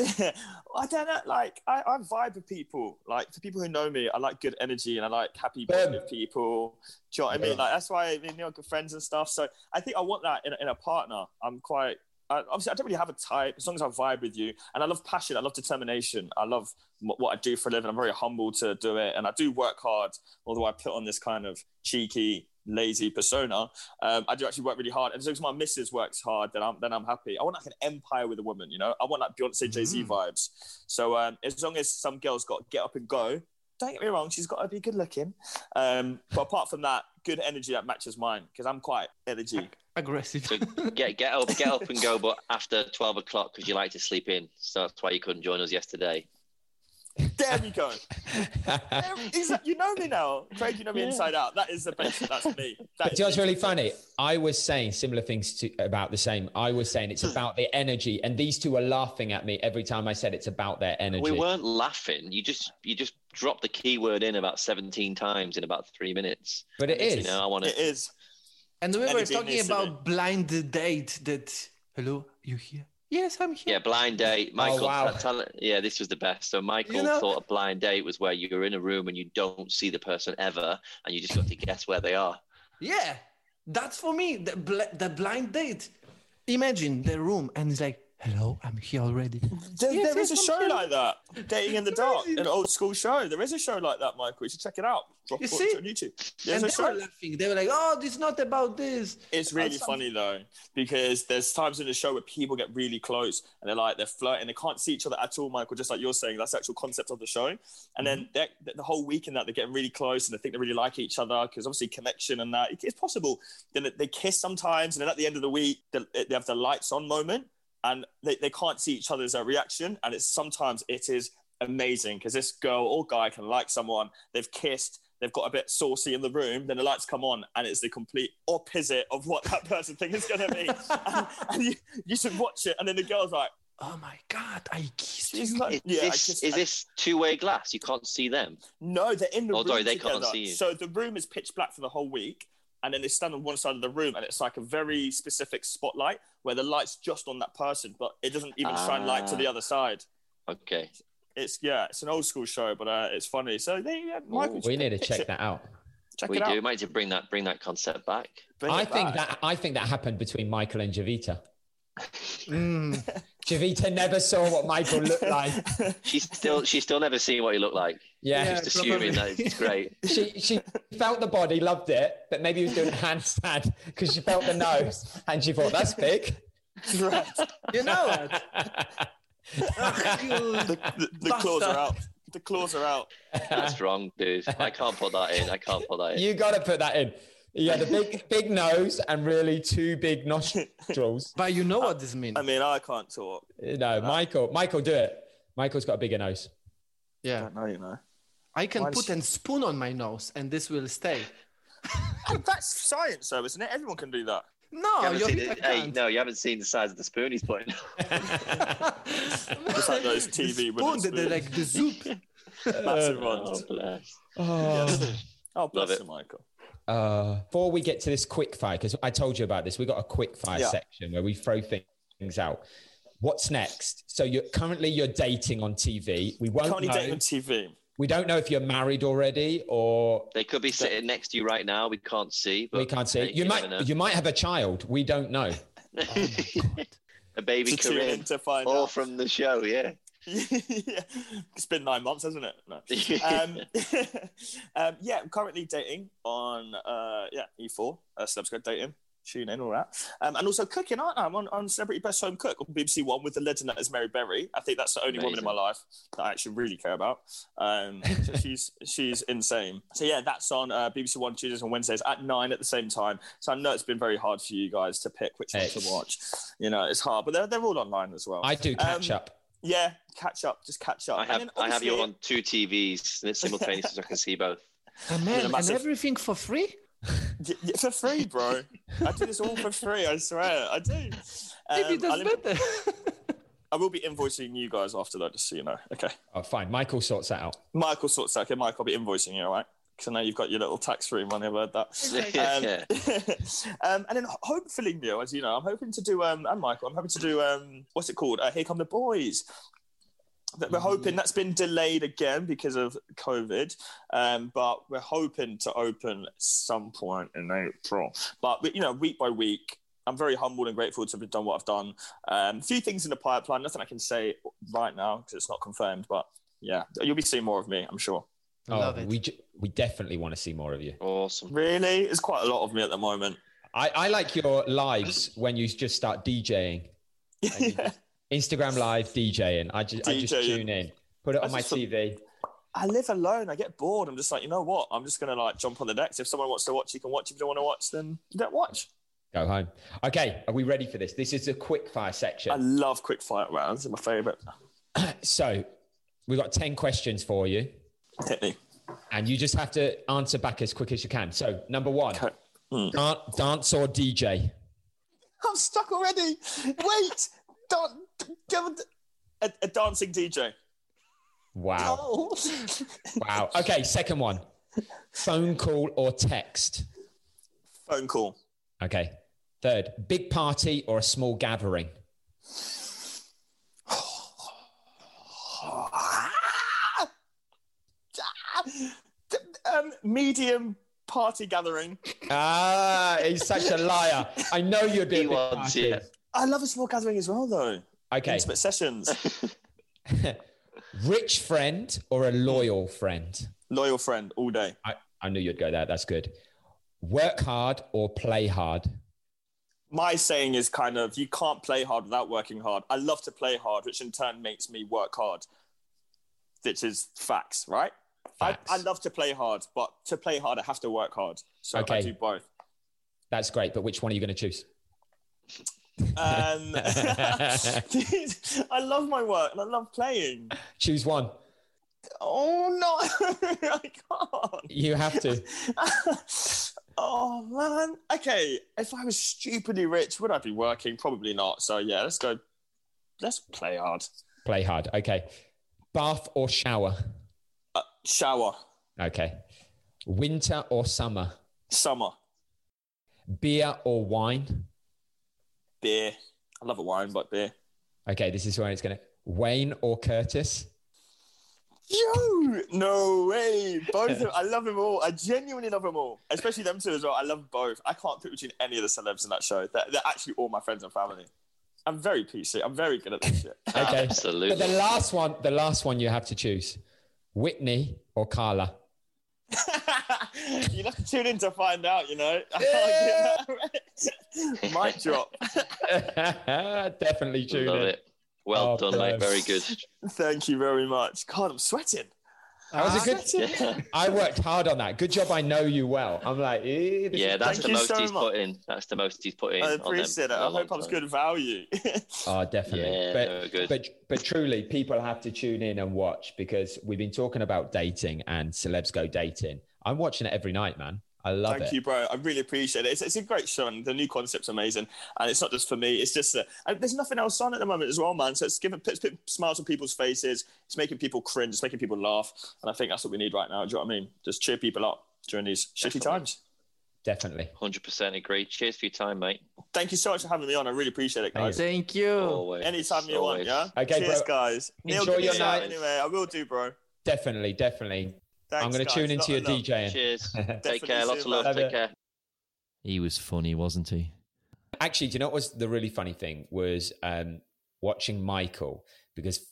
I don't know. Like, I, I vibe with people. Like, for people who know me, I like good energy and I like happy,
Boom.
positive people. Do you know what I mean?
Yeah.
Like, that's why I mean, you know, good friends and stuff. So, I think I want that in, a- in a partner. I'm quite. I, obviously, I don't really have a type. As long as I vibe with you, and I love passion, I love determination, I love m- what I do for a living. I'm very humble to do it, and I do work hard. Although I put on this kind of cheeky, lazy persona, um, I do actually work really hard. And as long as my missus works hard, then I'm then I'm happy. I want like an empire with a woman, you know. I want like Beyonce, Jay Z
Mm.
Mhm.
vibes. So um, as long as some girl's got to get up and go, don't get me wrong, she's got to be good looking. Um, but apart from that, good energy that matches mine because I'm quite energy.
Aggressive.
So get get up, get up and go, but after twelve o'clock because you like to sleep in. So that's why you couldn't join us yesterday.
There we go. There- is that- you know me now, Craig. You know me inside out. That is the best. That's me. That
But
is
you know what's
me.
really funny? I was saying similar things to about the same. I was saying it's about the energy, and these two are laughing at me every time I said it's about their energy.
We weren't laughing. You just you just dropped the keyword in about seventeen times in about three minutes.
but it
You
is.
know, I want
It
to.
is.
And we were
Anything
talking
uh,
needs to be.
about blind date. That hello, you here? Yes, I'm here.
Yeah, blind date. Michael,
Oh, wow.
t- tell- yeah, this was the best. So Michael
You know-
thought a blind date was where you're in a room and you don't see the person ever, and you just got to guess where they are.
Yeah, that's for me. The, bl- the blind date. Imagine the room and it's like, hello, I'm here already.
There,
Yes,
there is a
yes, I'm
show
kidding.
like that, Dating in the Dark,
Amazing.
an old school show. There is a show like that, Michael. You should check it out. Drop
You
it
see?
on YouTube. There's
and
a
they were
show.
laughing. They were like, oh, it's not about this.
It's really
That's
funny though, because there's times in the show where people get really close and they're like they're flirting, they can't see each other at all, Michael. Just like you're saying, that's the actual concept of the show. And
Mm-hmm.
then they're- the whole week in that they're getting really close and they think they really like each other because obviously connection and that it- it's possible. Then they kiss sometimes, and then at the end of the week they, they have the lights on moment and they, they can't see each other's uh, reaction. And it's sometimes it is amazing because this girl or guy can like someone they've kissed they've got a bit saucy in the room then the lights come on and it's the complete opposite of what that person thinks it's going to be and, and you, you should watch it and then the girl's like
Oh my God, I kissed you.
she's like
Is
yeah I
this,
kissed-
is
I-
this two-way glass? You can't see them.
no they're in the
Oh,
room
sorry, they can't
together.
see you.
so the room is pitch black for the whole week and then they stand on one side of the room and it's like a very specific spotlight where the light's just on that person but it doesn't even shine light to
Ah.
the other side
Okay.
it's yeah it's an old school show but uh, it's funny so there you go Michael,
we need to
pitch
check
it.
that out.
check
we
it
do.
out
We might need to bring that bring that concept back.
Bring
I
it
think
back.
that I think that happened between Michael and Javita.
Mm.
Javita never saw what Michael looked like.
She's still she's still never seen what he looked like.
Yeah,
Just assuming that
probably.
it's great.
she she felt the body, loved it, but maybe he was doing a handstand because she felt the nose and she thought that's big.
Right.
You know what?
the, the, the claws are out. The claws are out.
That's wrong, dude. I can't put that in. I can't put that in.
You got to put that in. Yeah, the big big nose and really two big nostrils.
But you know what this means.
I mean, I can't talk.
No, Michael, Michael, do it. Michael's got a bigger nose.
I
yeah.
don't know, you know.
I can
Why
put
does-
a spoon on my nose and this will stay.
Oh, That's science, though, isn't it? Everyone can do that.
You
No,
haven't
you
seen
I
the, hey,
can't.
no, you haven't seen the size of the spoon he's putting.
Just
like those TV with
spoon
a
that they
spoon.
like the soup.
Massive
Oh,
ones.
bless.
Oh.
Oh, bless
it.
you, Michael.
Uh, before we get to this quick fire, because I told you about this, we got a quick fire
Yeah.
section where we throw things out. What's next? So you're currently you're dating on TV. We won't
Can't you
know.
date on TV?
we don't know if you're married already or
They could be sitting next to you right now. We can't see. But
we can't see.
hey,
You
never
might you might have a child. We don't know.
Oh,
know. a baby
To tune in
Corinne.
to find
All
out.
from the show, yeah.
yeah. It's been nine months, hasn't it? No. um, um, yeah, I'm currently dating on uh, yeah E4, uh, Celebs Go Dating. Tune in, all that. Um, and also cooking, aren't I? I'm on, on Celebrity Best Home Cook on BBC One with the legend that is Mary Berry. I think that's the only woman in my
Amazing.
life that I actually really care about. Um, so she's she's insane. So yeah, that's on uh, BBC One Tuesdays and Wednesdays at nine at the same time. So I know it's been very hard for you guys to pick which one
Ex.
to watch. You know, it's hard, but they're, they're all online as well.
I do catch
Um,
up.
yeah, catch up. Just catch up.
I
And
have
then
I have you
obviously-
on two TVs and it's simultaneous so I can see both.
Oh, man, and
massive-
everything for free?
Y- y- for free, bro. I do this all for free. I swear, I do.
Maybe
Um,
that's
I'll in-
better.
I will be invoicing you guys after that, just so you know. Okay,
Oh, fine. Michael sorts that out.
Michael sorts that. Okay, Mike, I'll be invoicing you, all right? Because I know you've got your little tax-free money. I've heard that. Um, um, and then ho- hopefully, Neil, as you know, I'm hoping to do. Um, and Michael, I'm hoping to do. Um, what's it called? Uh, Here come the boys. That we're hoping that's been delayed again because of COVID, um, but we're hoping to open some point in April. But we- you know, week by week, I'm very humbled and grateful to have done what I've done. Um, few things in the pipeline, nothing I can say right now because it's not confirmed. But yeah, you'll be seeing more of me, I'm sure.
Oh,
Love it.
we ju- we definitely want to see more of you.
Um,
Awesome.
Really, there's quite a lot of me at the moment.
I, I like your lives when you just start DJing. you just- Instagram live DJing. I just I just
DJing.
tune in. Put it on
That's
my
just a-
TV.
I live alone. I get bored. I'm just like, you know what? I'm just gonna like jump on the decks. If someone wants to watch, you can watch. If you don't want to watch, then you don't watch.
Go home. Okay, are we ready for this? This is the quick fire
I
section.
love quick fire rounds. They're my favorite
so we've got 10 questions for you,
technique.
and you just have to answer back as quick as you can. So, number one,
Okay. Mm.
dan- dance or DJ?
I'm stuck already. Wait, don't give it- a, a dancing DJ.
Wow.
Oh.
Wow. Okay, second one, phone call or text?
Phone call.
Okay. Third, big party or a small gathering?
um, medium party gathering.
Ah, he's such a liar. I know you'd be a
He
big
wants
party.
it.
I love a small gathering as well, though.
Okay.
Intimate sessions.
Rich friend or a loyal friend?
Loyal friend all day.
I, I knew you'd go there. That's good. Work hard or play hard?
My saying is kind of you can't play hard without working hard. I love to play hard, which in turn makes me work hard, which is facts, right? I,
Facts.
I love to play hard, but to play hard, I have to work hard. So I
Okay.
do both.
That's great. But which one are you going to choose?
Um, dude, I love my work and I love playing.
Choose one.
Oh no, I
You have to.
can't. oh man. Okay, if I was stupidly rich, would I be working? Probably not. So yeah, let's go. Let's play hard.
Play hard. Okay. Bath or shower?
Uh, shower,
Okay. Winter or summer?
summer,
Beer or wine?
beer. I love a wine, but beer.
Okay. This is where it's going to. Wayne or Curtis?
Yo, no way. Both of I love them all. I genuinely love them all, especially them two as well. I love both. I can't pick between any of the celebs in that show. They're, they're actually all my friends and family. I'm very PC. I'm very good at this shit.
Okay.
Absolutely.
But the last one, the last one you have to choose Whitney or Carla?
You'll have to tune in to find out, you know. I can't get that right. Mic drop.
Definitely tune
Love
in.
it. Well
Oh,
done, mate.
bless.
Very good.
Thank you very much. God, I'm sweating.
Ah.
That
Ah,
was a good.
Yeah,
I worked hard on that. Good job. I know you well. I'm like, eh, this
yeah
is-
that's
Thank
the
you
most
so
he's
much.
put in. That's the most he's put in.
I
on them
appreciate it.
for a
I
long
hope I was
time.
good value.
Oh, definitely.
Yeah,
but
they were good.
but but truly, people have to tune in and watch because we've been talking about dating and celebs go dating. I'm watching it every night, man. I love it.
Thank you, bro. I really appreciate it. It's, it's a great show, and the new concept's amazing. And it's not just for me. It's just uh, and there's nothing else on at the moment as well, man. So it's giving it's putting smiles on people's faces. It's making people cringe. It's making people laugh. And I think that's what we need right now. Do you know what I mean? Just cheer people up during these shitty
Definitely.
times.
Definitely.
100% agree. Cheers for your time, mate.
Thank you so much for having me on. I really appreciate it, guys.
Thank you.
Always.
Anytime you
always.
want, yeah.
Okay,
Cheers,
bro.
guys. Neil,
Enjoy
give me
your
a shout
night.
anyway. I will do, bro.
Definitely. Definitely.
Thanks,
I'm going to
guys.
tune into
Lot
your
of love.
DJing.
Cheers. Take
Definitely
care. Lots
soon,
of love.
man.
Take care.
He was funny, wasn't he?
Actually, do you know what was the really funny thing was um, watching Michael because f-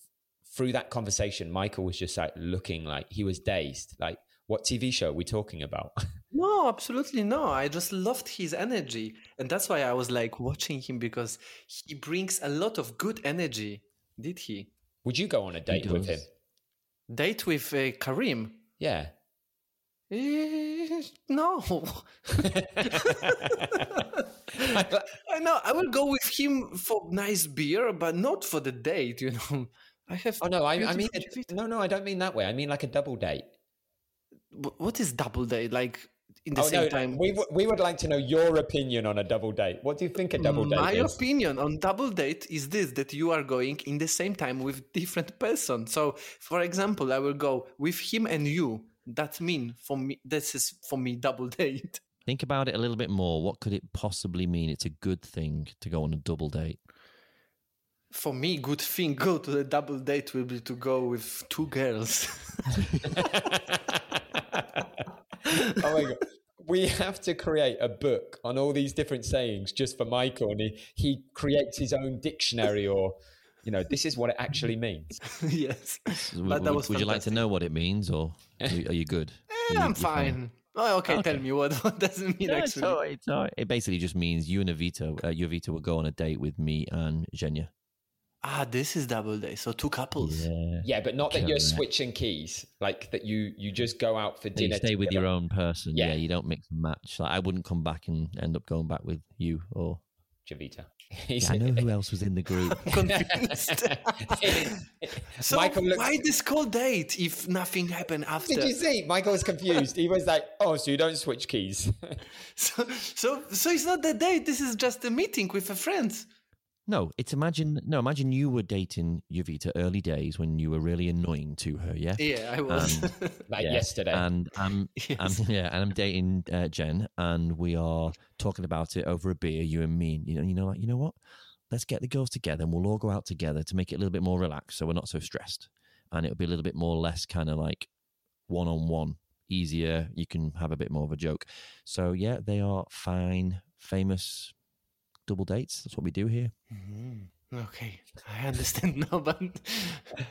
through that conversation, Michael was just like looking like he was dazed. Like, what TV show are we talking about?
No, absolutely no. I just loved his energy. And that's why I was like watching him because he brings a lot of good energy, did he?
Would you go on a date with him?
does.
Date with uh, Karim.
Yeah.
Eh, No.
I li-
I know. I will go with him for nice beer, but not for the date, you know. I have.
Oh no, I, I mean
beautiful feet.
no, no, I don't mean that way. I mean like a double date.
Wh- What is double date? Like in the
oh
same
no,
time?
we w- we would like to know your opinion on a double date. What do you think a double date
My
is?
opinion on double date is this that you are going in the same time with different person. So, for example, I will go with him and you. That mean for me, this is for me double date.
Think about it a little bit more. What could it possibly mean? It's a good thing to go on a double date.
For me, good thing go to the double date will be to go with two girls.
oh my god. We have to create a book on all these different sayings just for Michael, and he, he creates his own dictionary, or you know, this is what it actually means.
yes,
So w-
but that
w-
was
would you like to
fantastic.
know what it means, or are you, are you good?
Eh,
You-
I'm
you
fine. Oh, okay, tell me what, what doesn't mean
No, it's
actually.
all right, it's all right. It basically just means you and Avita, uh, you Avita will go on a date with me and Jenya.
Ah, this is double date. So two couples.
Yeah, but not that you're
Correct.
switching keys, like that you you just go out for
You
dinner.
stay with your
together.
own person. Yeah.
Yeah.
you don't mix and match. Like I wouldn't come back and end up going back with you or.
Javita. He's,
Yeah, I know who else was in the group.
I'm confused. so
Michael looks.
why this call date if nothing happened after?
Did you see? Michael was confused. He was like, "Oh, so you don't switch keys?"
So, so, so it's not the date. This is just a meeting with a friend.
No, it's imagine. No, imagine you were dating Yovita early days when you were really annoying to her. Yeah.
Yeah, I
was.
Like
Yeah.
yesterday.
And um,
Yes.
I'm, yeah, and I'm dating uh, Jen, and we are talking about it over a beer, you and me. And, you know, you know, like, you know what? Let's get the girls together, and we'll all go out together to make it a little bit more relaxed, so we're not so stressed, and it'll be a little bit more less kind of like one on one, easier. You can have a bit more of a joke. So yeah, they are fine, famous double dates. That's what we do here.
Mm-hmm. Okay, I understand now, but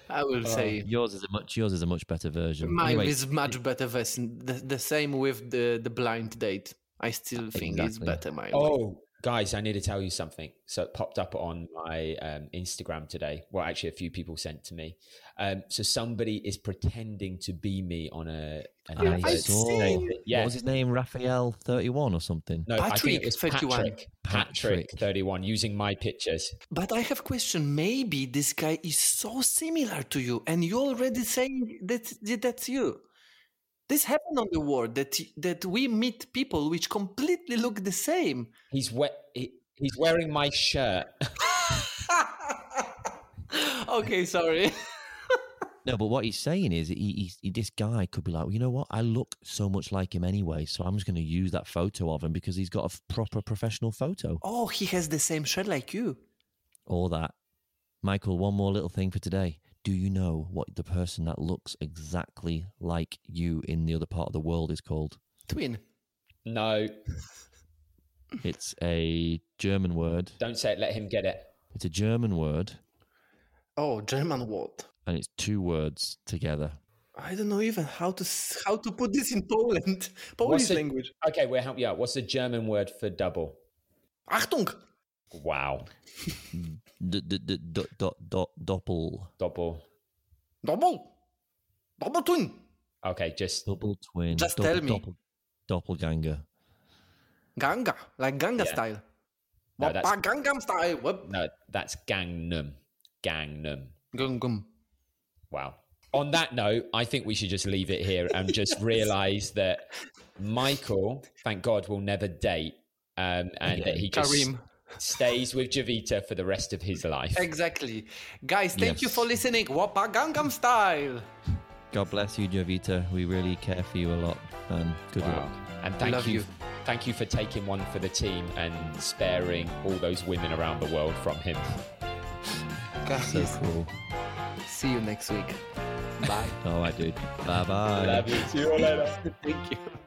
I will say
Yours is a much yours is a much better version.
mine
Oh, Anyway,
is much better version. The, the same with the the blind date. I still think it's
Exactly.
better my way.
oh, guys, I need to tell you something. So it popped up on my um, Instagram today. Well, actually, a few people sent to me. Um, so somebody is pretending to be me on a. An
I
advert.
saw.
Yeah.
What was his name? Raphael thirty one or something.
No, I
Patrick,
think it was
31.
Patrick. Patrick,
Patrick.
thirty-one, using my pictures.
But I have question. Maybe this guy is so similar to you, and you already saying that that- that's you. This happened on the world that that we meet people which completely look the same.
He's wet. He, he's wearing my shirt.
okay, sorry.
No, but what he's saying is he, he, he- this guy could be like, well, you know what? I look so much like him anyway, so I'm just going to use that photo of him because he's got a f- proper professional photo.
Oh, he has the same shirt like you.
All that. Michael, one more little thing for today. Do you know what the person that looks exactly like you in the other part of the world is called?
Twin.
No,
It's a German word.
don't say it. Let him get it.
It's a German word,
Oh, German word.
and it's two words together.
I don't know even how to s- how to put this in Poland. Polish
it?
language.
Okay, we'll help you out. What's the German word for double?
Achtung.
Wow.
D- d- d- d- dot dot doppel
Double.
Double, double twin.
Okay, just
double twin.
Just
double,
tell me.
Doppel, doppelganger.
Ganga, like Ganga
Yeah.
style.
No,
Wappa
that's-
Gangnam style. Whoop.
no, that's Gangnam. Gangnam.
Gangnam.
Wow. On that note, I think we should just leave it here and just realize that Michael, thank God, will never date. Um, and that he just
Karim.
stays with Javita for the rest of his life.
Exactly. Guys, thank you
Yes.
for listening. Wappa Gangnam style.
God bless you, Jovita. We really care for you a lot, and good
Wow.
luck.
And thank
Love
you,
you.
Thank you for taking one for the team and sparing all those women around the world from him.
Guys,
So cool.
see you next week. Bye.
All right, dude. Bye bye.
Love you. See you all later.
thank you.